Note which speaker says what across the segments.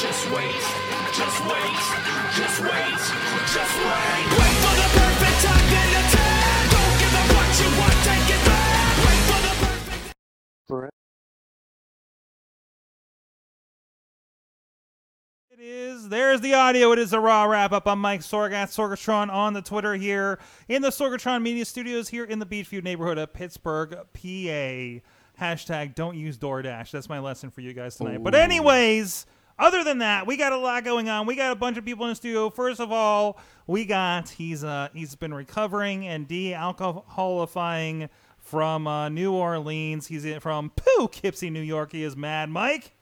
Speaker 1: just wait, just wait, just wait, just wait. Wait for the perfect time then attack. Don't give up what you want, take it back. Wait for the perfect.
Speaker 2: It is. There's the audio. It is a raw wrap up. I'm Mike Sorg at Sorgatron on the Twitter here in the Sorgatron Media Studios here in the Beachview neighborhood of Pittsburgh, PA. Hashtag don't use DoorDash. That's my lesson for you guys tonight. But anyways, other than that, we got a lot going on. We got a bunch of people in the studio. First of all, we got he's uh he's been recovering and de-alcoholifying from uh, New Orleans. He's in- from Poughkeepsie, New York. He is Mad Mike.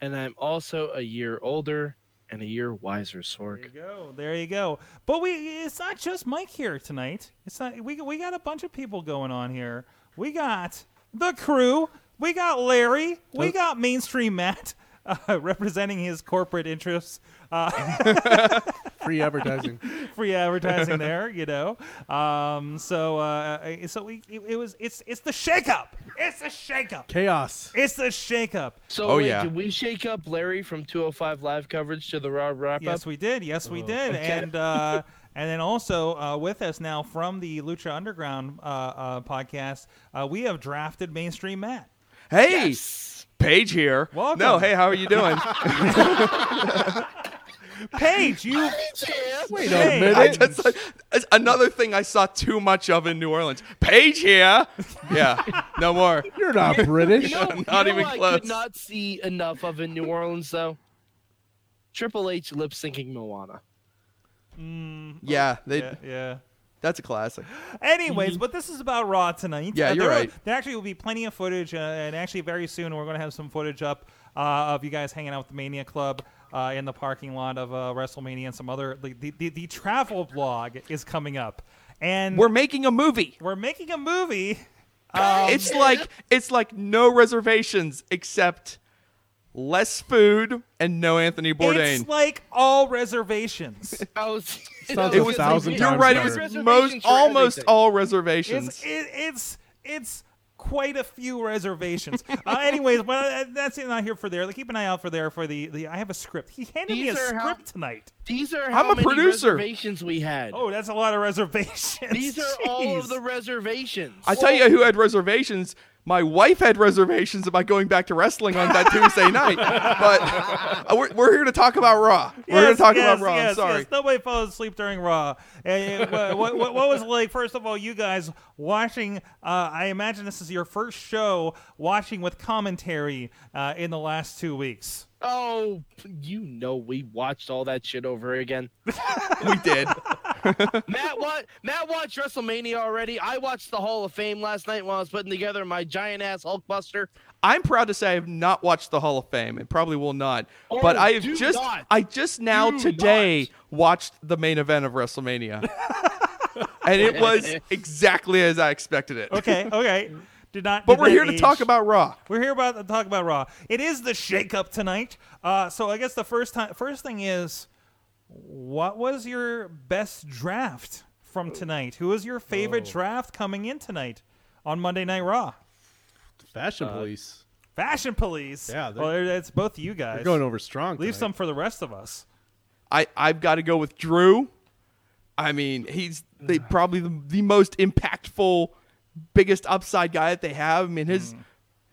Speaker 3: and I'm also a year older and a year wiser, Sork.
Speaker 2: There you go. There you go. But we it's not just Mike here tonight. It's not we we got a bunch of people going on here. We got the crew. We got Larry. We got mainstream Matt uh, representing his corporate interests. Uh,
Speaker 4: free advertising.
Speaker 2: free advertising there, you know. Um, so uh, so we it, it was it's it's the shakeup. It's the shakeup.
Speaker 4: Chaos.
Speaker 2: It's the shakeup.
Speaker 3: So,
Speaker 5: Oh,
Speaker 3: wait,
Speaker 5: yeah.
Speaker 3: did we shake up Larry from 205 live coverage to the Raw wrap
Speaker 2: Yes,
Speaker 3: up?
Speaker 2: we did. Yes,
Speaker 5: Oh,
Speaker 2: we did. And uh, and then also uh, with us now from the Lucha Underground uh, uh, podcast, uh, we have drafted mainstream Matt.
Speaker 5: Hey, Paige here.
Speaker 2: Welcome.
Speaker 5: No, hey, how are you doing?
Speaker 2: Paige, you wait
Speaker 4: a minute.
Speaker 5: I just, it's another thing I saw too much of in New Orleans. Paige here. Yeah, no more.
Speaker 4: You're not British.
Speaker 3: No, you
Speaker 5: Not
Speaker 3: know
Speaker 5: even
Speaker 3: what I
Speaker 5: close.
Speaker 3: could not see enough of in New Orleans, though. Triple H lip syncing Moana.
Speaker 5: Yeah, they,
Speaker 2: Yeah, yeah.
Speaker 5: that's a classic.
Speaker 2: Anyways, but this is about Raw tonight.
Speaker 5: Mm-hmm. Yeah, you're
Speaker 2: there,
Speaker 5: right.
Speaker 2: There actually will be plenty of footage, uh, and actually very soon we're going to have some footage up uh, of you guys hanging out with the Mania Club uh, in the parking lot of uh, WrestleMania and some other. The, the, the, the travel blog is coming up, and
Speaker 5: We're making a movie.
Speaker 2: we're making a movie.
Speaker 5: it's like it's like no reservations except less food and no Anthony Bourdain.
Speaker 2: It's like all reservations.
Speaker 3: I was,
Speaker 4: Sounds
Speaker 3: I
Speaker 4: a
Speaker 3: was
Speaker 4: thousand
Speaker 3: like,
Speaker 5: you're
Speaker 4: times
Speaker 5: right. It
Speaker 4: better.
Speaker 5: was most
Speaker 3: Reservations for
Speaker 5: almost
Speaker 3: everything.
Speaker 5: all
Speaker 2: it's,
Speaker 5: reservations.
Speaker 2: it, it's it's quite a few reservations. uh, anyways, but uh, that's it. Not here for there. Like, keep an eye out for there for the, the. I have a script. He handed me a
Speaker 3: These are
Speaker 2: script
Speaker 3: how-
Speaker 2: tonight.
Speaker 3: These are how
Speaker 5: a
Speaker 3: many
Speaker 5: producer.
Speaker 3: reservations we had.
Speaker 2: Oh, that's a lot of reservations.
Speaker 3: These are all of
Speaker 2: Jeez.
Speaker 3: the reservations.
Speaker 5: I tell you who had reservations. My wife had reservations about going back to wrestling on that Tuesday night. But uh, we're, we're here to talk about Raw. We're here to
Speaker 2: Yes,
Speaker 5: talk
Speaker 2: yes,
Speaker 5: about Raw.
Speaker 2: yes,
Speaker 5: I'm sorry.
Speaker 2: yes. Nobody falls asleep during Raw. And uh, what, what, what was it like? First of all, you guys watching. Uh, I imagine this is your first show watching with commentary uh, in the last two weeks.
Speaker 3: Oh, you know we watched all that shit over again.
Speaker 5: We did.
Speaker 3: Matt, wa- Matt watched WrestleMania already. I watched the Hall of Fame last night while I was putting together my giant ass Hulkbuster.
Speaker 5: I'm proud to say I have not watched the Hall of Fame and probably will not.
Speaker 3: Oh,
Speaker 5: but I have
Speaker 3: do
Speaker 5: just
Speaker 3: not.
Speaker 5: I just now
Speaker 3: Do
Speaker 5: today watched the main event of WrestleMania. and it was exactly as I expected it.
Speaker 2: Okay, okay. Did not.
Speaker 5: But
Speaker 2: did
Speaker 5: we're
Speaker 2: not
Speaker 5: here to
Speaker 2: age.
Speaker 5: talk about Raw.
Speaker 2: We're here about to talk about Raw. It is the shakeup tonight. Uh, so I guess the first time, first thing is, what was your best draft from tonight? Who was your favorite
Speaker 4: Oh.
Speaker 2: draft coming in tonight on Monday Night Raw? uh,
Speaker 4: Fashion police.
Speaker 2: Fashion Police.
Speaker 4: Yeah, they're-
Speaker 2: well, it's both you guys.
Speaker 4: They're going over strong.
Speaker 2: Leave
Speaker 4: tonight.
Speaker 2: some for the rest of us.
Speaker 5: I I've got to go with Drew. I mean, he's they probably the, the most impactful, biggest upside guy that they have. I mean, his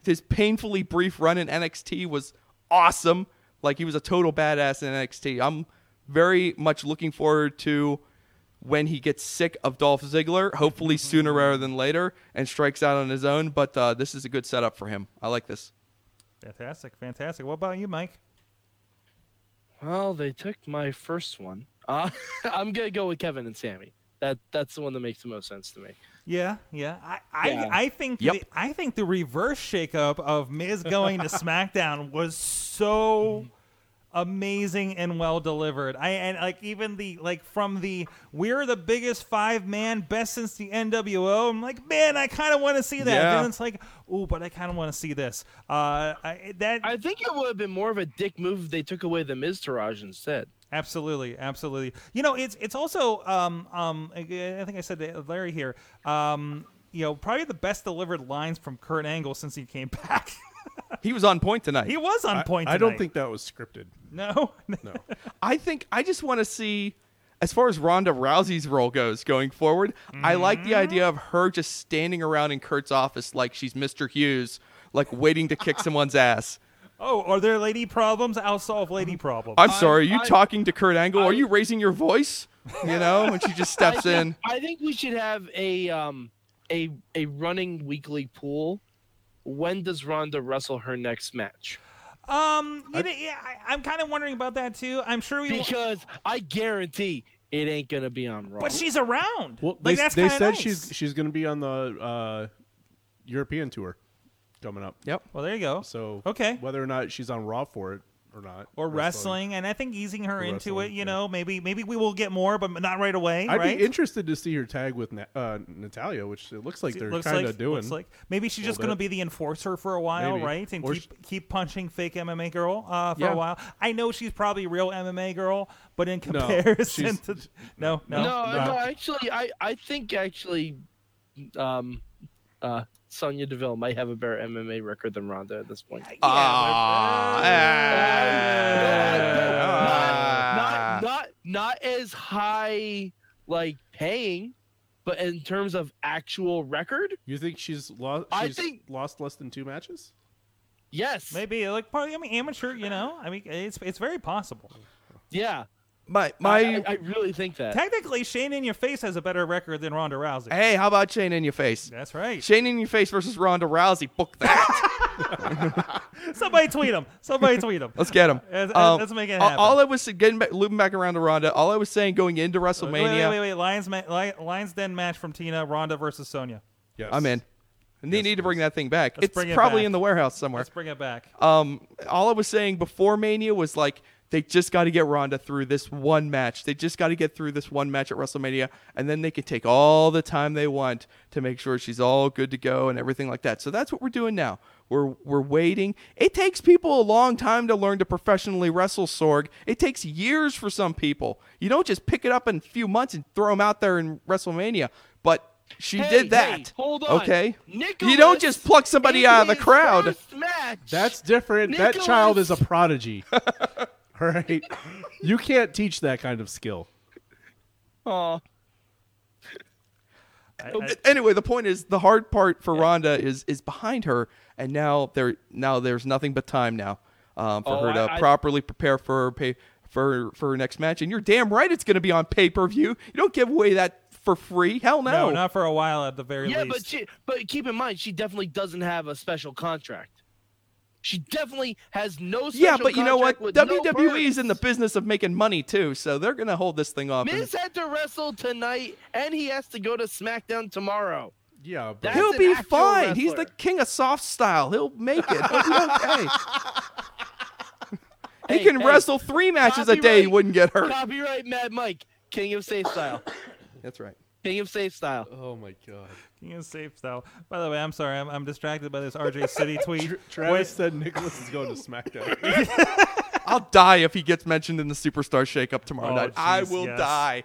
Speaker 5: his painfully brief run in NXT was awesome. Like he was a total badass in NXT. I'm very much looking forward to when he gets sick of Dolph Ziggler, hopefully sooner rather than later, and strikes out on his own. But uh, this is a good setup for him. I like this.
Speaker 2: Fantastic, fantastic. What about you, Mike?
Speaker 3: Well, they took my first one. Uh, I'm gonna go with Kevin and Sammy. That that's the one that makes the most sense to me.
Speaker 2: Yeah, yeah. I, I,
Speaker 3: Yeah.
Speaker 2: I think
Speaker 5: Yep.
Speaker 2: the, I think the reverse shakeup of Miz going to SmackDown was so amazing and well delivered. I and like even the like from the we're the biggest five man best since the NWO. I'm like, man, I kind of want to see that.
Speaker 5: Yeah.
Speaker 2: Then it's like, ooh, but I kind of want to see this. Uh, I, that
Speaker 3: I think it would have been more of a dick move if they took away the Miz Taraj instead.
Speaker 2: Absolutely, absolutely. You know, it's it's also um um I I think I said to Larry here um you know probably the best delivered lines from Kurt Angle since he came back.
Speaker 5: He was on point tonight.
Speaker 2: he was on point.
Speaker 4: I don't
Speaker 2: tonight.
Speaker 4: think that was scripted.
Speaker 2: no.
Speaker 4: No.
Speaker 5: I think I just want to see, as far as Ronda Rousey's role goes going forward, I like
Speaker 3: Mm-hmm.
Speaker 5: the idea of her just standing around in Kurt's office like she's Mr. Hughes, like waiting to kick someone's ass.
Speaker 2: oh, are there lady problems? I'll solve
Speaker 4: Mm-hmm.
Speaker 2: lady problems.
Speaker 5: I'm sorry, are you
Speaker 3: I-
Speaker 5: talking to Kurt Angle?
Speaker 3: I-
Speaker 5: are you raising your voice? You know, and she just
Speaker 3: I
Speaker 5: steps in.
Speaker 3: think, I think we should have a um a a running weekly pool. When does Ronda wrestle her next match?
Speaker 2: um, you know, yeah, I, I'm kind of wondering about that too. I'm sure we. will
Speaker 3: Because I guarantee it ain't gonna be on Raw.
Speaker 2: but she's around.
Speaker 4: Well,
Speaker 2: like
Speaker 4: they,
Speaker 2: that's
Speaker 4: they
Speaker 2: kinda
Speaker 4: said
Speaker 2: nice.
Speaker 4: she's she's going to be on the uh, European tour coming up.
Speaker 5: Yep.
Speaker 2: Well, there you go.
Speaker 4: So
Speaker 2: Okay.
Speaker 4: whether or not she's on Raw for it or not,
Speaker 2: or wrestling, and I think easing her into it.
Speaker 4: wrestling,
Speaker 2: You
Speaker 4: yeah.
Speaker 2: know, maybe maybe we will get more, but not right away.
Speaker 4: I'd
Speaker 2: right?
Speaker 4: be interested to see her tag with Na- uh, Natalia, which it looks like
Speaker 2: See,
Speaker 4: they're
Speaker 2: looks
Speaker 4: kind of
Speaker 2: like-
Speaker 4: doing.
Speaker 2: looks like maybe she's just
Speaker 4: little
Speaker 2: going to
Speaker 4: bit.
Speaker 2: be the enforcer for a while,
Speaker 4: Maybe.
Speaker 2: right? And
Speaker 4: Or
Speaker 2: keep
Speaker 4: sh-
Speaker 2: keep punching fake MMA girl uh, for
Speaker 5: Yeah.
Speaker 2: a while. I know she's probably real MMA girl, but in
Speaker 4: No,
Speaker 2: comparison
Speaker 4: she's-
Speaker 2: to no, no,
Speaker 3: no, no, actually, I I think actually, um, uh, Sonya Deville might have a better MMA record than Ronda at this point.
Speaker 5: Ah,
Speaker 2: uh,
Speaker 5: eh,
Speaker 3: not,
Speaker 5: ah.
Speaker 3: not not as high like paying, but in terms of actual record,
Speaker 4: you think she's lost?
Speaker 3: I
Speaker 4: she's
Speaker 3: think-
Speaker 4: lost less than two matches.
Speaker 3: yes,
Speaker 2: maybe like probably I mean amateur, you know. I mean it's it's very possible.
Speaker 3: yeah.
Speaker 5: My
Speaker 3: I,
Speaker 5: my.
Speaker 3: I, I really think that.
Speaker 2: Technically, Shane in your face has a better record than Ronda Rousey.
Speaker 5: Hey, how about Shane in your face?
Speaker 2: That's right.
Speaker 5: Shane in your face versus Ronda Rousey. Book that.
Speaker 2: Somebody tweet him. Somebody tweet him.
Speaker 5: Let's get him.
Speaker 2: Let's- let's make it
Speaker 5: all-
Speaker 2: happen.
Speaker 5: All I was getting back, looping back around to Ronda. All I was saying going into WrestleMania,
Speaker 2: Wait, wait, wait, wait. Lions, ma- Li- Lions Den match from Tina, Ronda versus Sonya.
Speaker 4: Yes,
Speaker 5: I'm in. And they need to bring that thing back.
Speaker 2: Let's
Speaker 5: it's
Speaker 2: bring it
Speaker 5: probably
Speaker 2: back.
Speaker 5: in the warehouse somewhere.
Speaker 2: Let's bring it back.
Speaker 5: Um, all I was saying before Mania was like they just got to get Ronda through this one match. They just got to get through this one match at WrestleMania, and then they can take all the time they want to make sure she's all good to go and everything like that. So that's what we're doing now. We're we're waiting. It takes people a long time to learn to professionally wrestle Sorg. It takes years for some people. You don't just pick it up in a few months and throw them out there in WrestleMania. But she
Speaker 3: Hey,
Speaker 5: did that.
Speaker 3: hey, hold on.
Speaker 5: Okay. you
Speaker 3: Nicholas
Speaker 5: don't just pluck somebody
Speaker 3: in
Speaker 5: out of the
Speaker 3: his
Speaker 5: crowd.
Speaker 3: first match.
Speaker 4: That's different. That child
Speaker 3: Nicholas-
Speaker 4: is a prodigy. All right, you can't teach that kind of skill.
Speaker 3: Aw.
Speaker 5: But anyway, the point is the hard part for Rhonda is is behind her, and now there now there's nothing but time now um, for
Speaker 3: Oh,
Speaker 5: her to
Speaker 3: I- I-
Speaker 5: properly prepare for her pay for for her next match. And you're damn right, it's going to be on pay per view. You don't give away that for free. Hell
Speaker 2: No,
Speaker 5: no.
Speaker 2: not for a while at the very
Speaker 3: yeah,
Speaker 2: least.
Speaker 3: but she, but keep in mind she definitely doesn't have a special contract. She definitely has no. Special
Speaker 5: yeah, but you know what?
Speaker 3: contract with no
Speaker 5: WWE is in the
Speaker 3: perks.
Speaker 5: business of making money too, so they're going to hold this thing off. and-
Speaker 3: Miz had to wrestle tonight, and he has to go to SmackDown tomorrow.
Speaker 4: Yeah,
Speaker 3: That-
Speaker 4: but
Speaker 3: That's
Speaker 5: He'll
Speaker 3: an
Speaker 5: be
Speaker 3: actual
Speaker 5: fine. He's the
Speaker 3: wrestler.
Speaker 5: king of soft style. He'll make it. He'll be okay. he
Speaker 3: Hey,
Speaker 5: can
Speaker 3: hey,
Speaker 5: wrestle three matches a day. He
Speaker 3: copyright-
Speaker 5: wouldn't get hurt.
Speaker 3: Copyright Mad Mike, King of Safe Style.
Speaker 5: That's right.
Speaker 3: King of Safe Style.
Speaker 4: oh my god,
Speaker 2: King of safe style. By the way, I'm sorry, I'm, I'm distracted by this RJ City tweet.
Speaker 4: Travis
Speaker 2: Wait,
Speaker 4: said Nicholas is going to SmackDown.
Speaker 5: I'll die if he gets mentioned in the Superstar Shakeup tomorrow
Speaker 2: Oh,
Speaker 5: night. I
Speaker 2: jeez,
Speaker 5: will
Speaker 2: yes.
Speaker 5: die.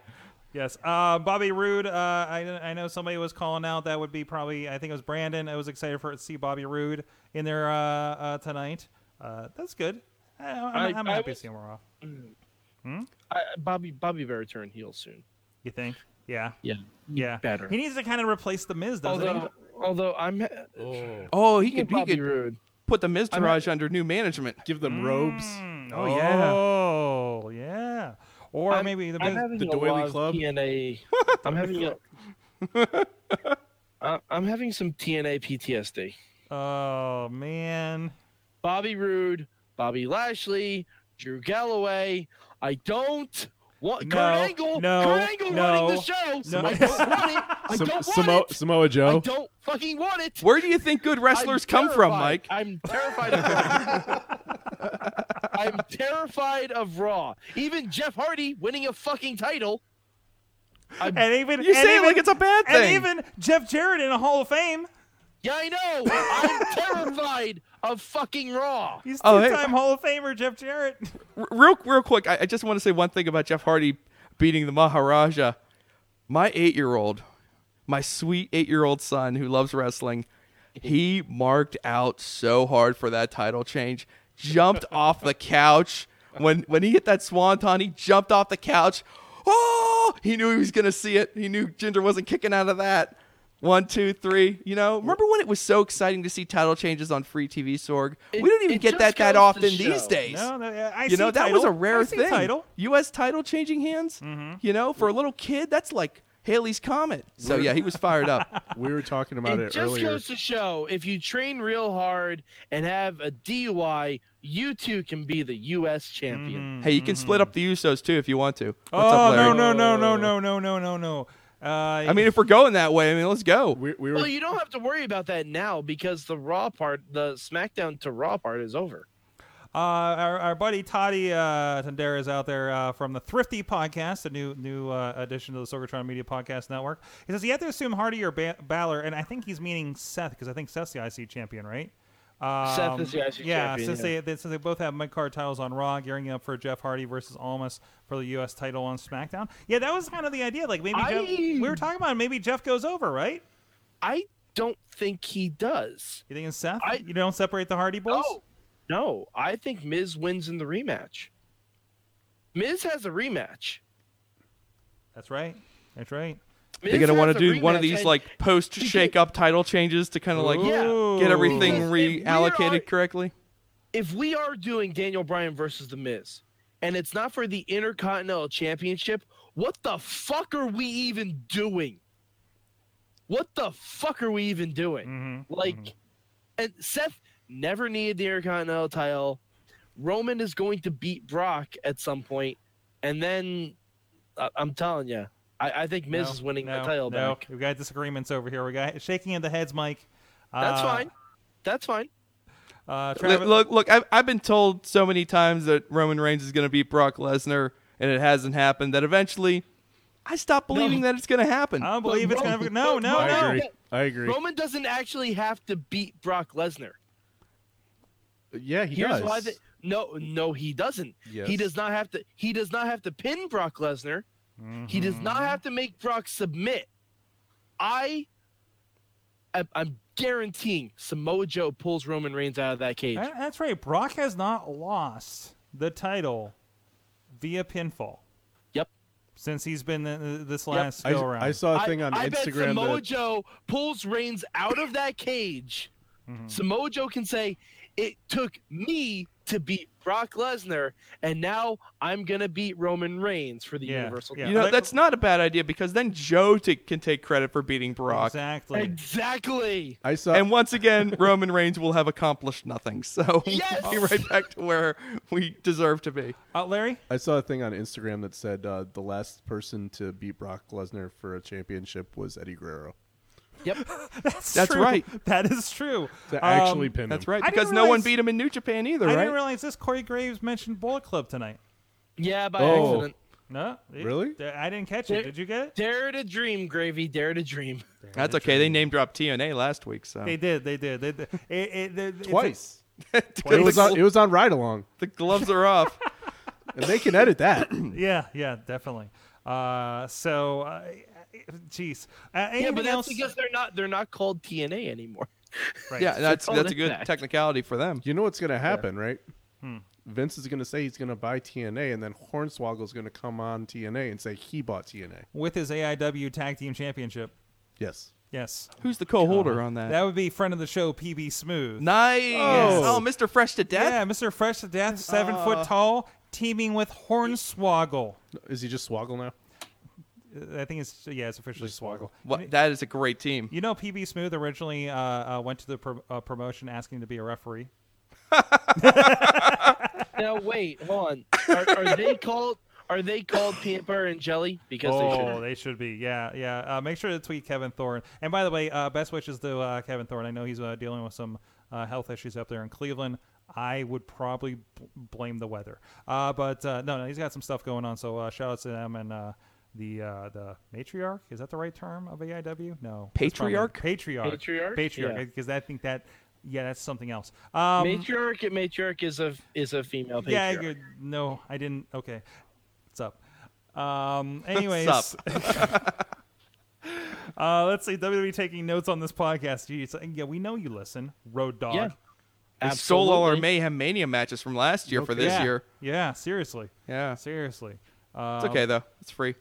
Speaker 2: yes, uh, Bobby Roode. Uh, I I know somebody was calling out. That would be probably. I think it was Brandon. I was excited for to see Bobby Roode in there uh, uh, tonight. Uh, that's good. I, I'm,
Speaker 3: I-
Speaker 2: am
Speaker 3: I
Speaker 2: happy
Speaker 3: was-
Speaker 2: to see him more off.
Speaker 3: I, Bobby Bobby better turn heel soon.
Speaker 2: You think? Yeah,
Speaker 3: Yeah.
Speaker 2: yeah.
Speaker 3: better.
Speaker 2: He needs to kind of replace the Miz, doesn't
Speaker 3: Although although I'm
Speaker 4: oh,
Speaker 5: Oh, he
Speaker 3: he
Speaker 5: could, he could
Speaker 3: rude.
Speaker 5: put the Miztourage under new management.
Speaker 4: give them robes.
Speaker 2: he?
Speaker 5: Oh, yeah.
Speaker 2: Hmm. Oh yeah. Or maybe the
Speaker 3: I'm
Speaker 2: Miz.
Speaker 3: having
Speaker 4: the
Speaker 3: a
Speaker 4: Doily
Speaker 3: lot of
Speaker 4: Club?
Speaker 3: TNA. I'm having a, I- I'm having some TNA PTSD.
Speaker 2: oh man.
Speaker 3: Bobby Roode, Bobby Lashley, Drew Galloway. I don't want
Speaker 2: No,
Speaker 3: Kurt Angle.
Speaker 2: no,
Speaker 3: Kurt Angle running
Speaker 2: no,
Speaker 3: the show.
Speaker 2: no.
Speaker 3: I don't want it. I
Speaker 4: Sam-
Speaker 3: don't want
Speaker 4: Samo-
Speaker 3: it.
Speaker 4: Samoa
Speaker 3: I
Speaker 4: Joe.
Speaker 3: don't fucking want it.
Speaker 5: Where do you think good
Speaker 3: I'm
Speaker 5: wrestlers come from,
Speaker 3: terrified.
Speaker 5: Mike?
Speaker 3: I'm terrified of Kurt Angle. I'm terrified of Raw. Even Jeff Hardy winning a fucking title.
Speaker 2: And even
Speaker 5: You
Speaker 2: and
Speaker 5: say it
Speaker 2: even-
Speaker 5: like it's a bad thing.
Speaker 2: And even Jeff Jarrett in a Hall of Fame.
Speaker 3: Yeah, I know. I'm terrified of fucking Raw.
Speaker 2: He's
Speaker 5: Oh, hey.
Speaker 2: two-time Hall of Famer Jeff Jarrett.
Speaker 5: R- real real quick, I, I just want to say one thing about Jeff Hardy beating the Maharaja. My eight year old, my sweet eight year old son who loves wrestling, he marked out so hard for that title change. Jumped off the couch when when he hit that swanton. He jumped off the couch. Oh, he knew he was gonna see it. He knew Ginger wasn't kicking out of that. One, two, three. You know, remember when it was so exciting to see title changes on free TV? Sorg,
Speaker 3: It-
Speaker 5: we don't even
Speaker 3: it
Speaker 5: get
Speaker 3: just
Speaker 5: that
Speaker 3: goes
Speaker 5: that
Speaker 3: to
Speaker 5: often these
Speaker 3: show.
Speaker 5: days
Speaker 2: no, no, yeah, I
Speaker 5: you know
Speaker 2: see
Speaker 5: that
Speaker 2: title.
Speaker 5: was a rare
Speaker 2: I see
Speaker 5: thing.
Speaker 2: Title.
Speaker 5: U.S. title changing hands. You know, for a little kid, that's like Haley's comet. So yeah, he was fired up.
Speaker 4: We were talking about
Speaker 3: It
Speaker 4: it,
Speaker 3: just
Speaker 4: earlier.
Speaker 3: goes to show if you train real hard and have a DUI, you too can be the U.S. champion.
Speaker 5: hey, you can split up the Usos too if you want to. What's
Speaker 2: Mm-hmm. Oh
Speaker 5: up, Larry?
Speaker 2: no no no no no no no no no. Uh,
Speaker 5: I mean, if we're going that way, I mean, let's go.
Speaker 4: we, we
Speaker 3: Well,
Speaker 4: were
Speaker 3: you don't have to worry about that now because the Raw part, the SmackDown to Raw part is over.
Speaker 2: Uh, our, our buddy Toddy uh, Tandera is out there uh, from the Thrifty Podcast, a new new uh, addition to the Sorgatron Media Podcast Network. He says you have to assume Hardy or ba- Balor, and I think he's meaning Seth because I think Seth's the IC champion, right? Um,
Speaker 3: Seth is the IC
Speaker 2: yeah,
Speaker 3: champion,
Speaker 2: Since
Speaker 3: yeah.
Speaker 2: They, they- since they both have mid card titles on Raw, gearing up for Jeff Hardy versus Almas for the U.S. title on SmackDown. Yeah, that was kind of the idea. Like maybe
Speaker 3: I-
Speaker 2: Jeff, we were talking about maybe Jeff goes over, right?
Speaker 3: I don't think he does.
Speaker 2: You thinking Seth?
Speaker 3: I-
Speaker 2: you don't separate the Hardy boys?
Speaker 3: No, no. I think Miz wins in the rematch. Miz has a rematch.
Speaker 2: That's right. That's right.
Speaker 3: Miz
Speaker 5: They're gonna
Speaker 3: has
Speaker 5: want
Speaker 3: a
Speaker 5: to do one of
Speaker 3: rematch,
Speaker 5: these
Speaker 3: and
Speaker 5: like post shake up title changes to kind of like
Speaker 3: Yeah.
Speaker 5: get everything
Speaker 3: Because if we are-
Speaker 5: reallocated correctly.
Speaker 3: if we are doing Daniel Bryan versus the Miz, and it's not for the Intercontinental Championship, what the fuck are we even doing? What the fuck are we even doing?
Speaker 2: Mhm.
Speaker 3: Like, and Seth never needed the Intercontinental title. Roman is going to beat Brock at some point, and then I, I'm telling you, I, I think Miz
Speaker 2: No,
Speaker 3: is winning
Speaker 2: no,
Speaker 3: the title
Speaker 2: no.
Speaker 3: back.
Speaker 2: We got disagreements over here. We got shaking of the heads, Mike. Uh,
Speaker 3: That's fine. That's fine.
Speaker 2: Uh, Travis,
Speaker 5: Look, look, look I've, I've been told so many times that Roman Reigns is going to beat Brock Lesnar, and it hasn't happened. That eventually, I stop believing that it's going to happen.
Speaker 2: I don't believe it's gonna. No, no,
Speaker 3: Look,
Speaker 4: I
Speaker 2: no.
Speaker 4: agree. I agree.
Speaker 3: Roman doesn't actually have to beat Brock Lesnar.
Speaker 4: yeah, he
Speaker 3: Here's
Speaker 4: does.
Speaker 3: why the, no no he doesn't. He
Speaker 4: Yes.
Speaker 3: does not have to he does not have to pin Brock Lesnar. He does
Speaker 4: Mm-hmm.
Speaker 3: not have to make Brock submit. I I- I'm guaranteeing Samoa Joe pulls Roman Reigns out of that cage.
Speaker 2: That- Uh, That's right. Brock has not lost the title via pinfall
Speaker 3: Yep.
Speaker 2: since he's been uh, this last
Speaker 4: I,
Speaker 2: go around.
Speaker 4: I saw a thing
Speaker 3: I,
Speaker 4: on
Speaker 3: I bet
Speaker 4: Instagram
Speaker 3: Samoa
Speaker 4: that
Speaker 3: Joe pulls Reigns out of that cage.
Speaker 4: Mm-hmm.
Speaker 3: Samoa Joe can say, "It took me to beat Brock Lesnar, and now I'm gonna beat Roman Reigns for the
Speaker 2: Yeah,
Speaker 3: Universal."
Speaker 2: yeah.
Speaker 5: you
Speaker 3: title."
Speaker 5: know
Speaker 2: Let-
Speaker 5: that's not a bad idea because then Joe t- can take credit for beating Brock,
Speaker 2: exactly.
Speaker 3: Exactly.
Speaker 4: I saw.
Speaker 5: and once again, Roman Reigns will have accomplished nothing. So
Speaker 3: Yes!
Speaker 5: we'll be right back to where we deserve to be.
Speaker 2: Uh, Larry.
Speaker 4: I saw a thing on Instagram that said uh, the last person to beat Brock Lesnar for a championship was Eddie Guerrero
Speaker 3: Yep.
Speaker 2: That's,
Speaker 5: That's
Speaker 2: true.
Speaker 5: right.
Speaker 2: That is true.
Speaker 4: to
Speaker 2: Um,
Speaker 4: actually pin him.
Speaker 5: That's right,
Speaker 2: I didn't
Speaker 5: because no one
Speaker 2: realize-
Speaker 5: beat him in New Japan either,
Speaker 2: I
Speaker 5: right?
Speaker 2: didn't realize this. Corey Graves mentioned Bullet Club tonight.
Speaker 3: Yeah, by
Speaker 4: Oh.
Speaker 3: accident.
Speaker 2: No, it-
Speaker 4: Really?
Speaker 2: th- I didn't catch it.
Speaker 3: There-
Speaker 2: Did you get it?
Speaker 3: Dare to dream, gravy. Dare to dream.
Speaker 5: That's okay. They name dropped TNA last week, so
Speaker 2: They did. They did. They did. It, it, it- it's a-
Speaker 4: twice.
Speaker 5: The
Speaker 4: It was on.
Speaker 5: glo-
Speaker 4: It was on ride along,
Speaker 5: the gloves are off.
Speaker 4: and they can edit that.
Speaker 2: Yeah, yeah, definitely. Uh, so, uh, jeez. Uh,
Speaker 3: Yeah,
Speaker 2: anything
Speaker 3: but
Speaker 2: else?
Speaker 3: that's because they're not they're not called TNA anymore.
Speaker 2: Right.
Speaker 5: Yeah, that's
Speaker 3: call
Speaker 5: that's
Speaker 3: that
Speaker 5: a good
Speaker 3: back.
Speaker 5: technicality for them.
Speaker 4: You know what's going to happen, right? Vince is going to say he's going to buy TNA, and then Hornswoggle's going to come on TNA and say he bought TNA.
Speaker 2: With his AIW Tag Team Championship.
Speaker 4: Yes.
Speaker 2: Yes.
Speaker 5: Who's the co-holder
Speaker 3: Uh,
Speaker 5: on that?
Speaker 2: That would be friend of the show, PB Smooth.
Speaker 5: nice.
Speaker 4: Oh.
Speaker 5: Oh. Mr. Fresh to Death.
Speaker 2: Yeah, Mr. Fresh to
Speaker 3: Uh,
Speaker 2: Death, seven foot tall, teaming with Hornswoggle.
Speaker 4: Is he just Swoggle now?
Speaker 2: Uh, I think it's, yeah, it's officially Swoggle.
Speaker 5: What, that is a great team.
Speaker 2: You know, PB Smooth originally uh, uh, went to the pro- uh, promotion asking to be a referee.
Speaker 3: Now wait, hold on. Are, are they called? Are they called peanut butter and jelly? Because they
Speaker 2: oh,
Speaker 3: should.
Speaker 2: they should be. Yeah, yeah. Uh, make sure to tweet Kevin Thorne. And by the way, uh, best wishes to uh, Kevin Thorne. I know he's uh, dealing with some uh, health issues up there in Cleveland. I would probably bl- blame the weather, uh, but uh, no, no, he's got some stuff going on. So uh, shout out to them and uh, the uh, the matriarch. Is that the right term of AIW? No, that's probably-
Speaker 5: Patriarch?
Speaker 2: patriarch,
Speaker 3: Patriarch? Yeah.
Speaker 2: because I think that yeah, that's something else. Um,
Speaker 3: matriarch matriarch is a is a female
Speaker 2: yeah, I
Speaker 3: patriarch.
Speaker 2: could- no, I didn't. Okay, what's up? Um, anyways, uh, let's see. WWE taking notes on this podcast. Jeez, yeah, we know you listen, Road Dog.
Speaker 3: Yeah,
Speaker 5: They stole all our
Speaker 3: Absolutely.
Speaker 5: Mayhem Mania matches from last year for this
Speaker 2: yeah.
Speaker 5: year.
Speaker 2: Yeah, seriously,
Speaker 5: Yeah. It's
Speaker 2: seriously. Uh,
Speaker 5: okay, though. It's free.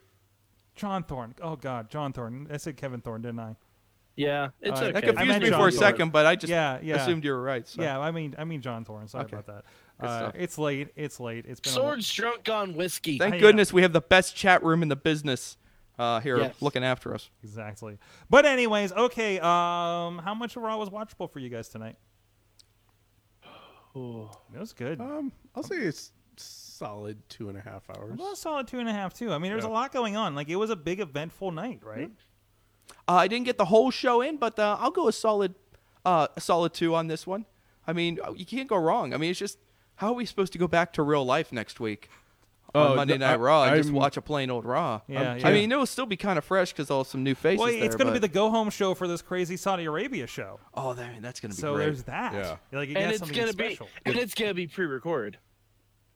Speaker 2: John Thorne. Oh God, John Thorne. I said Kevin Thorne, didn't I?
Speaker 3: Yeah, it's
Speaker 2: Uh,
Speaker 3: okay.
Speaker 2: I
Speaker 5: That
Speaker 2: meant
Speaker 5: confused me
Speaker 2: John
Speaker 5: for
Speaker 2: Thorne.
Speaker 5: a second, but I just
Speaker 2: Yeah, yeah.
Speaker 5: assumed you were right. So.
Speaker 2: Yeah, I mean, I mean John Thorne. Sorry
Speaker 5: Okay.
Speaker 2: about that.
Speaker 5: Good
Speaker 2: Uh,
Speaker 5: stuff.
Speaker 2: it's late. It's late. It's been a lo-
Speaker 3: Swords drunk on whiskey.
Speaker 5: Thank
Speaker 2: I- uh,
Speaker 5: goodness we have the best chat room in the business uh, here
Speaker 3: Yes.
Speaker 5: looking after us.
Speaker 2: exactly. But anyways, okay. Um, how much of Raw was watchable for you guys tonight?
Speaker 5: Oh.
Speaker 2: It was good.
Speaker 5: Uh,
Speaker 4: Um, I'll say it's solid two and a half hours.
Speaker 2: Well, a solid two and a half too. I mean, there's a lot going on. Like it was a big eventful night, right?
Speaker 5: Uh, I didn't get the whole show in, but uh, I'll go a solid, uh, a solid two on this one. I mean, uh, you can't go wrong. I mean, it's just how are we supposed to go back to real life next week on
Speaker 4: Oh,
Speaker 5: Monday
Speaker 4: no,
Speaker 5: Night
Speaker 4: I-
Speaker 5: Raw and just
Speaker 4: I'm-
Speaker 5: watch a plain old Raw? Um,
Speaker 2: Yeah,
Speaker 5: I
Speaker 2: yeah.
Speaker 5: mean, it'll still be kind of fresh because all some new faces.
Speaker 2: Well, it's
Speaker 5: going to
Speaker 2: going to be the go home show for this crazy Saudi Arabia show.
Speaker 5: oh, I mean, that's going to be
Speaker 2: So
Speaker 5: great.
Speaker 2: there's that.
Speaker 4: Yeah.
Speaker 2: Like you
Speaker 3: and
Speaker 2: got
Speaker 3: it's
Speaker 2: something
Speaker 3: gonna
Speaker 2: special.
Speaker 3: be and it's gonna be pre-recorded.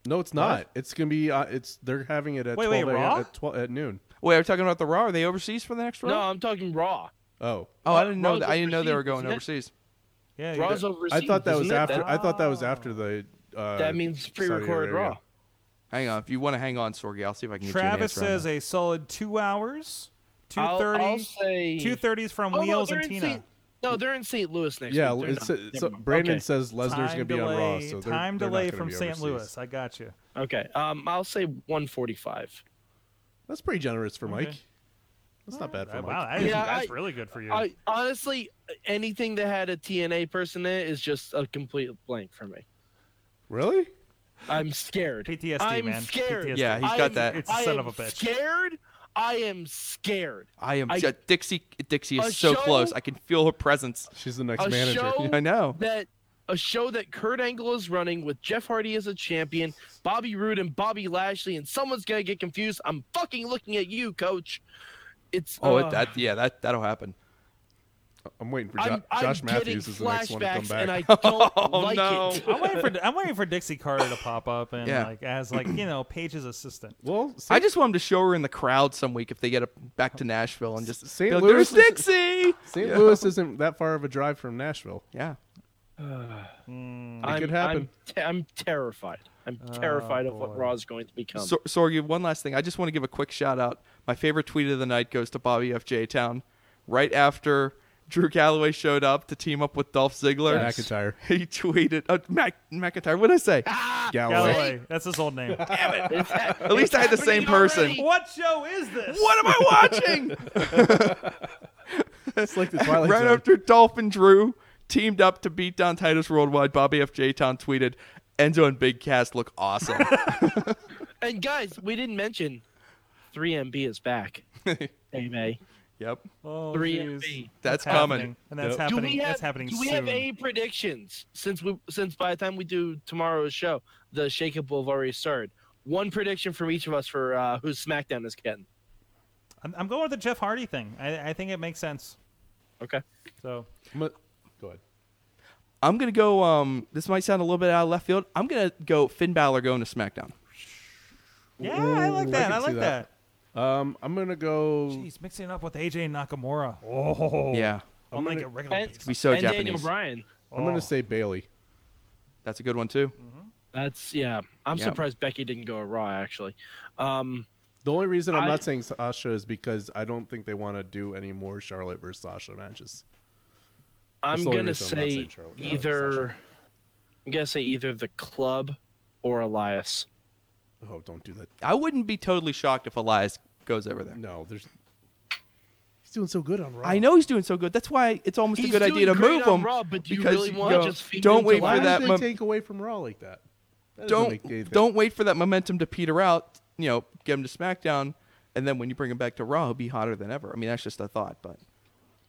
Speaker 4: No, it's not. It's gonna be. Uh, it's they're having it at
Speaker 2: Wait, wait,
Speaker 4: twelve
Speaker 2: Raw?
Speaker 4: a, at, 12, at noon.
Speaker 5: Wait, are we talking about the Raw? Are they overseas for the next Raw?
Speaker 3: No, uh, I'm talking Raw.
Speaker 4: Oh,
Speaker 5: Oh, I didn't know.
Speaker 3: Raw's
Speaker 5: That. I didn't know they were
Speaker 3: overseas,
Speaker 5: going
Speaker 3: isn't it?
Speaker 5: overseas.
Speaker 2: yeah, you-
Speaker 3: Raw's overseas.
Speaker 4: I thought that was
Speaker 3: isn't it?
Speaker 4: after.
Speaker 3: That,
Speaker 4: I thought that was after the. Uh,
Speaker 3: that means
Speaker 4: Saudi
Speaker 3: pre-recorded
Speaker 4: Arabia.
Speaker 3: Raw.
Speaker 5: Hang on, if you want to hang on, Sorgi, I'll see if I can.
Speaker 2: Travis
Speaker 5: get you an answer on that.
Speaker 2: says a solid two hours, two
Speaker 3: I'll- I'll
Speaker 2: thirty,
Speaker 3: say-
Speaker 2: two thirties from
Speaker 3: Oh, no,
Speaker 2: Wheels
Speaker 3: they're
Speaker 2: and
Speaker 3: in
Speaker 2: Tina.
Speaker 3: Saint- no, they're in St. Louis next
Speaker 4: Yeah,
Speaker 3: week. They're
Speaker 4: it's,
Speaker 3: not.
Speaker 4: so-
Speaker 3: Never mind.
Speaker 4: Brandon
Speaker 3: Okay.
Speaker 4: says Lesnar's
Speaker 2: Time
Speaker 4: gonna be
Speaker 2: delay,
Speaker 4: on Raw, so they're,
Speaker 2: time
Speaker 4: they're not
Speaker 2: delay
Speaker 4: gonna
Speaker 2: from
Speaker 4: be
Speaker 2: St.
Speaker 4: overseas.
Speaker 2: Louis. I got you.
Speaker 3: Okay. Um, I'll say 145.
Speaker 4: That's pretty generous for Mike.
Speaker 2: Okay.
Speaker 4: That's not bad for
Speaker 2: Uh,
Speaker 4: Mike.
Speaker 2: wow, that is,
Speaker 3: Yeah,
Speaker 2: that's
Speaker 3: I-
Speaker 2: really good for you.
Speaker 3: I honestly, anything that had a TNA person in it is just a complete blank for me.
Speaker 4: Really?
Speaker 3: I'm scared.
Speaker 2: PTSD,
Speaker 3: I'm
Speaker 2: man.
Speaker 3: Scared.
Speaker 2: PTSD.
Speaker 5: Yeah, he's
Speaker 3: I
Speaker 5: got
Speaker 3: am-
Speaker 5: that.
Speaker 2: It's a
Speaker 3: I
Speaker 2: son
Speaker 3: am
Speaker 2: of a bitch.
Speaker 3: Scared. I am scared.
Speaker 5: I am
Speaker 3: I-
Speaker 5: ju- Dixie. Dixie
Speaker 3: A
Speaker 5: is so
Speaker 3: show-
Speaker 5: close. I can feel her presence.
Speaker 4: She's the next
Speaker 3: A
Speaker 4: manager.
Speaker 3: show-
Speaker 5: I know.
Speaker 3: that a show that Kurt Angle is running with Jeff Hardy as a champion, Bobby Roode and Bobby Lashley, and someone's gonna get confused. I'm fucking looking at you, Coach. It's uh,
Speaker 5: Oh, it that yeah, that that'll happen.
Speaker 4: I'm waiting for jo-
Speaker 3: I'm, I'm
Speaker 4: Josh
Speaker 3: getting
Speaker 4: Matthews is the next one to come
Speaker 3: flashbacks,
Speaker 4: back.
Speaker 3: and I don't
Speaker 5: Oh,
Speaker 3: like
Speaker 5: no.
Speaker 3: it.
Speaker 2: I'm waiting for I'm waiting for Dixie Carter to pop up and
Speaker 5: Yeah.
Speaker 2: like as like you know Paige's assistant.
Speaker 4: well,
Speaker 5: I
Speaker 4: St.
Speaker 5: just want him to show her in the crowd some week if they get up back to Nashville and just
Speaker 4: St.
Speaker 5: be like,
Speaker 4: Louis
Speaker 5: There's
Speaker 4: is-
Speaker 5: Dixie.
Speaker 4: St. Louis isn't that far of a drive from Nashville.
Speaker 5: Yeah.
Speaker 3: I'm,
Speaker 4: could happen. Oh,
Speaker 3: I'm, te- I'm terrified. I'm terrified of what Raw's going to become.
Speaker 5: So, sorry, one last thing. I just want to give a quick shout out. My favorite tweet of the night goes to Bobby FJ Town. Right after Drew Galloway showed up to team up with Dolph Ziggler,
Speaker 4: McIntyre.
Speaker 5: He tweeted, uh, Mac, McIntyre. What did I say?
Speaker 4: Galloway.
Speaker 2: Galloway, that's his old name.
Speaker 5: At least I had the same person.
Speaker 3: already.
Speaker 2: what show is this?
Speaker 5: What am I watching?
Speaker 4: It's like the Twilight
Speaker 5: right
Speaker 4: Zone.
Speaker 5: after Dolph and Drew teamed up to beat down Titus Worldwide, Bobby F. J. Town tweeted, Enzo and Big Cass look awesome.
Speaker 3: and guys, we didn't mention 3MB is back. Amen.
Speaker 5: yep.
Speaker 2: Oh,
Speaker 3: 3MB.
Speaker 5: That's
Speaker 2: happening.
Speaker 5: coming.
Speaker 2: and that's
Speaker 4: Yep.
Speaker 3: Do
Speaker 2: happening.
Speaker 3: we have,
Speaker 2: that's happening
Speaker 3: do we
Speaker 2: soon.
Speaker 3: have any predictions since we since by the time we do tomorrow's show, the shakeup will have already started. One prediction from each of us for uh, who SmackDown is getting.
Speaker 2: I'm, I'm going with the Jeff Hardy thing. I, I think it makes sense.
Speaker 3: Okay.
Speaker 2: So
Speaker 4: I'm a- Go ahead.
Speaker 5: I'm going to go, um, this might sound a little bit out of left field. I'm going to go Finn Balor going to SmackDown.
Speaker 2: yeah, I like that.
Speaker 4: can
Speaker 2: I,
Speaker 4: see
Speaker 2: like that.
Speaker 4: that. Um, I'm gonna go.
Speaker 2: He's mixing it up with AJ and Nakamura. Oh,
Speaker 5: Yeah.
Speaker 2: I'll make it regular.
Speaker 3: And,
Speaker 2: pizza.
Speaker 5: Be so
Speaker 3: and Daniel
Speaker 5: Japanese.
Speaker 3: Bryan.
Speaker 4: I'm gonna say Bailey.
Speaker 5: That's a good one, too.
Speaker 3: That's yeah. I'm
Speaker 5: Yeah.
Speaker 3: surprised Becky didn't go Raw actually. Um,
Speaker 4: The only reason I'm
Speaker 3: I-
Speaker 4: not saying Sasha is because I don't think they want to do any more Charlotte versus Sasha matches.
Speaker 3: I'm
Speaker 4: the only
Speaker 3: gonna
Speaker 4: reason I'm not
Speaker 3: say
Speaker 4: saying Charlotte. Yeah,
Speaker 3: either. I'm gonna say either the club or Elias.
Speaker 4: Oh, don't do that.
Speaker 5: I wouldn't be totally shocked if Elias goes over there.
Speaker 4: No, there's. He's doing so good on Raw.
Speaker 5: I know he's doing so good. That's why it's almost
Speaker 3: He's
Speaker 5: a good
Speaker 3: doing
Speaker 5: idea to
Speaker 3: great
Speaker 5: move
Speaker 3: on
Speaker 5: him.
Speaker 3: Raw, but do you
Speaker 5: because
Speaker 3: really
Speaker 5: you
Speaker 3: wanna
Speaker 5: go,
Speaker 3: just feed
Speaker 5: don't
Speaker 3: him
Speaker 5: wait
Speaker 3: to
Speaker 4: Why
Speaker 5: for
Speaker 4: did
Speaker 5: that.
Speaker 4: they
Speaker 5: mom-
Speaker 4: take away from Raw like that? That doesn't
Speaker 5: don't
Speaker 4: make anything-
Speaker 5: don't wait for that momentum to peter out. You know, get him to SmackDown, and then when you bring him back to Raw, he'll be hotter than ever. I mean, that's just a thought, but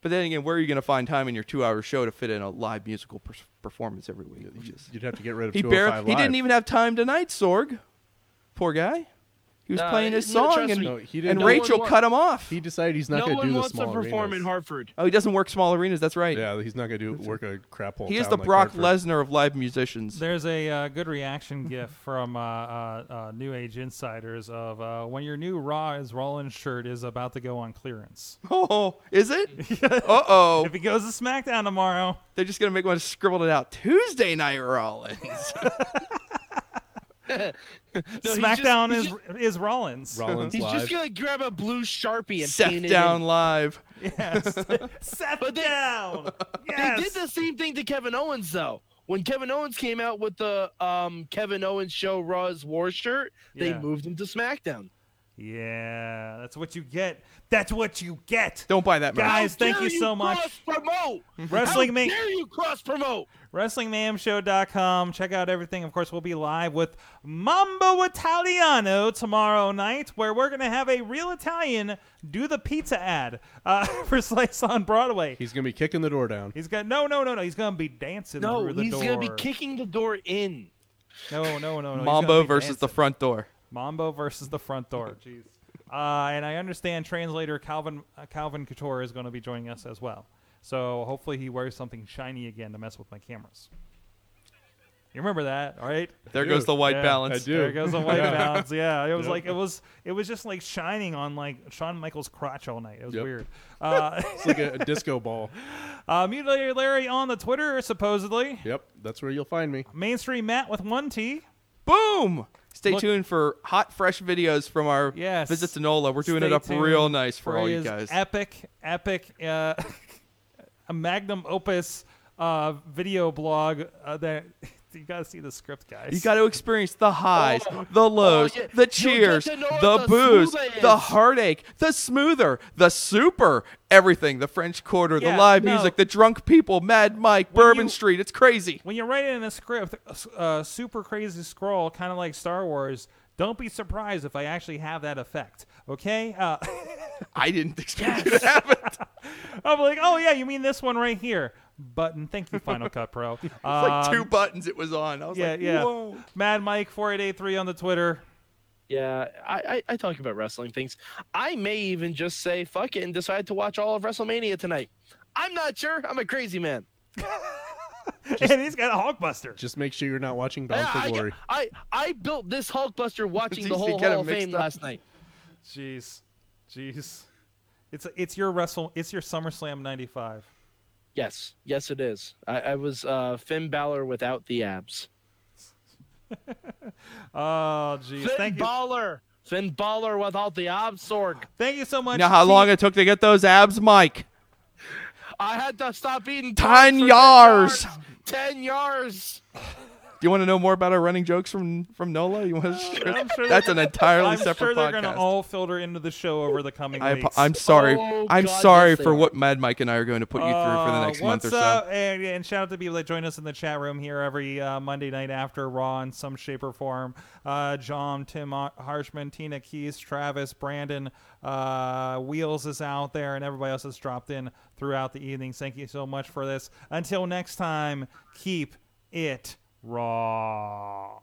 Speaker 5: But then again, where are you going to find time in your two-hour show to fit in a live musical per- performance every week? He just
Speaker 4: You'd have to get rid of
Speaker 5: he
Speaker 4: 205
Speaker 5: barely he didn't
Speaker 4: Live.
Speaker 5: even have time tonight, Sorg. Poor guy. He was
Speaker 3: Nah,
Speaker 5: playing his
Speaker 3: no,
Speaker 5: song
Speaker 3: trust
Speaker 5: and,
Speaker 3: me.
Speaker 4: No, he didn't-
Speaker 5: and
Speaker 4: No one
Speaker 5: Rachel
Speaker 3: wa-
Speaker 5: cut him off.
Speaker 4: He decided he's not
Speaker 3: No
Speaker 4: going
Speaker 3: one
Speaker 4: do
Speaker 3: wants
Speaker 4: the small
Speaker 3: to perform
Speaker 4: arenas.
Speaker 3: in Hartford.
Speaker 5: oh, he doesn't work small arenas. That's right.
Speaker 4: Yeah, he's not going to do work a crap hole.
Speaker 5: He is
Speaker 4: town
Speaker 5: the
Speaker 4: like
Speaker 5: Brock
Speaker 4: Hartford.
Speaker 5: Lesnar of live musicians.
Speaker 2: There's a uh, good reaction gif from uh, uh, uh, New Age insiders of uh, when your new Raw is Rollins shirt is about to go on clearance.
Speaker 5: Oh, is it? uh oh.
Speaker 2: If he goes to SmackDown tomorrow,
Speaker 5: They're just going to make one scribbled it out. Tuesday Night Rollins.
Speaker 3: No, he's
Speaker 2: SmackDown
Speaker 3: just- he's
Speaker 2: is is Rollins.
Speaker 4: Rollins
Speaker 3: He's
Speaker 4: live.
Speaker 3: just gonna grab a blue sharpie and
Speaker 5: Seth
Speaker 3: paint it
Speaker 5: down
Speaker 3: in.
Speaker 5: live.
Speaker 2: Set
Speaker 3: But they-
Speaker 2: down.
Speaker 3: They
Speaker 2: Yes.
Speaker 3: did the same thing to Kevin Owens though. When Kevin Owens came out with the um, Kevin Owens Show Raw's War shirt, they
Speaker 2: Yeah.
Speaker 3: moved him to SmackDown.
Speaker 2: Yeah, that's what you get. That's what you get.
Speaker 5: Don't buy that merch.
Speaker 2: Guys, thank
Speaker 3: dare
Speaker 2: you so much.
Speaker 3: Cross promote.
Speaker 2: Wrestling
Speaker 3: How
Speaker 2: Ma-
Speaker 3: dare you cross promote?
Speaker 2: WrestlingMamShow.com. Check out everything. Of course, we'll be live with Mambo Italiano tomorrow night, where we're going to have a real Italian do the pizza ad uh, for Slice on Broadway.
Speaker 4: He's going to be kicking the door down.
Speaker 2: He's got no, no, no, no. He's going to be dancing
Speaker 3: No,
Speaker 2: through the
Speaker 3: he's
Speaker 2: door.
Speaker 3: gonna be kicking the door in.
Speaker 2: No, no, no, no. he's gonna
Speaker 5: Mambo
Speaker 2: be
Speaker 5: versus the
Speaker 2: dancing.
Speaker 5: front door.
Speaker 2: Mambo versus the front door. Jeez. Uh, and I understand translator Calvin uh, Calvin Couture is going to be joining us as well. So hopefully he wears something shiny again to mess with my cameras. You remember that, all right?
Speaker 5: There goes the white
Speaker 2: Yeah.
Speaker 5: balance.
Speaker 4: I do.
Speaker 2: There goes the white balance. Yeah, it was like it was it was just like shining on like Shawn Michaels' crotch all night. It was
Speaker 4: Yep.
Speaker 2: weird. Uh,
Speaker 4: It's like a, a disco ball.
Speaker 2: uh, Mutilated Larry on the Twitter supposedly.
Speaker 4: Yep, that's where you'll find me.
Speaker 2: Mainstream Matt with one T.
Speaker 5: Boom! Stay
Speaker 2: Look-
Speaker 5: tuned for hot, fresh videos from our
Speaker 2: Yes.
Speaker 5: visit to NOLA. We're doing
Speaker 2: Stay
Speaker 5: it up
Speaker 2: tuned
Speaker 5: real nice for all you
Speaker 2: his
Speaker 5: guys.
Speaker 2: Epic, epic, uh, a magnum opus uh, video blog uh, that you got to see the script, guys.
Speaker 5: You got to experience the highs,
Speaker 2: Oh,
Speaker 5: the lows,
Speaker 3: oh, yeah. You'll
Speaker 5: the
Speaker 3: get
Speaker 5: cheers,
Speaker 3: to know
Speaker 5: the
Speaker 3: the
Speaker 5: booze,
Speaker 3: smoothest.
Speaker 5: the heartache, the smoother, the super, everything. The French Quarter,
Speaker 2: Yeah,
Speaker 5: the live
Speaker 2: no.
Speaker 5: music, the drunk people, Mad Mike, Bourbon
Speaker 2: you-
Speaker 5: Street. It's crazy.
Speaker 2: when you're writing in a script, a s- uh, super crazy scroll, kind of like Star Wars. Don't be surprised if I actually have that effect. Okay, uh,
Speaker 5: I didn't expect it to happen.
Speaker 2: I'm like, oh yeah, you mean this one right here? Button. Thank you, Final Cut Pro.
Speaker 5: like
Speaker 2: Um,
Speaker 5: two buttons it was on. I was
Speaker 2: yeah,
Speaker 5: like,
Speaker 2: yeah.
Speaker 5: whoa.
Speaker 2: Mad Mike four eight eight three on the Twitter.
Speaker 3: Yeah, I, I, I talk about wrestling things. I may even just say fuck it and decide to watch all of WrestleMania tonight. I'm not sure. I'm a crazy man.
Speaker 2: and he's got a Hulkbuster.
Speaker 4: Just make sure you're not watching Bound
Speaker 3: I,
Speaker 4: for Glory.
Speaker 3: I, I, I built this Hulkbuster watching the
Speaker 5: Jeez, you
Speaker 3: whole
Speaker 5: get 'em
Speaker 3: Hall of
Speaker 5: mixed
Speaker 3: Fame
Speaker 5: up.
Speaker 3: last night.
Speaker 2: Jeez, jeez, it's it's your Wrestle, it's your SummerSlam '95.
Speaker 3: Yes, yes, it is. I, I was uh, Finn Balor without the abs.
Speaker 2: Oh, jeez,
Speaker 3: Finn
Speaker 2: thank you,
Speaker 3: Balor. Finn Balor without the abs, Sorg.
Speaker 2: thank you so much.
Speaker 5: You know how
Speaker 2: T-
Speaker 5: long it took to get those abs, Mike?
Speaker 3: I had to stop eating.
Speaker 5: Ten
Speaker 3: carbs for
Speaker 5: yards.
Speaker 3: Ten yards.
Speaker 5: Do you want to know more about our running jokes from from NOLA? You want to?
Speaker 2: I'm sure
Speaker 5: That's an entirely
Speaker 2: I'm
Speaker 5: separate
Speaker 2: sure they're
Speaker 5: podcast.
Speaker 2: gonna all filter into the show over the coming
Speaker 5: I,
Speaker 2: weeks.
Speaker 5: apo- I'm sorry.
Speaker 3: Oh,
Speaker 5: I'm
Speaker 3: God,
Speaker 5: sorry
Speaker 3: yes, they
Speaker 5: for
Speaker 3: are.
Speaker 5: what Mad Mike and I are going to put you through for the
Speaker 2: Uh,
Speaker 5: next
Speaker 2: what's
Speaker 5: month or so.
Speaker 2: up? And, and shout out to people that join us in the chat room here every uh, Monday night after Raw in some shape or form. Uh, John, Tim Har- Harshman, Tina Keys, Travis, Brandon, uh, Wheels is out there, and everybody else has dropped in throughout the evening. Thank you so much for this. Until next time, keep it raw.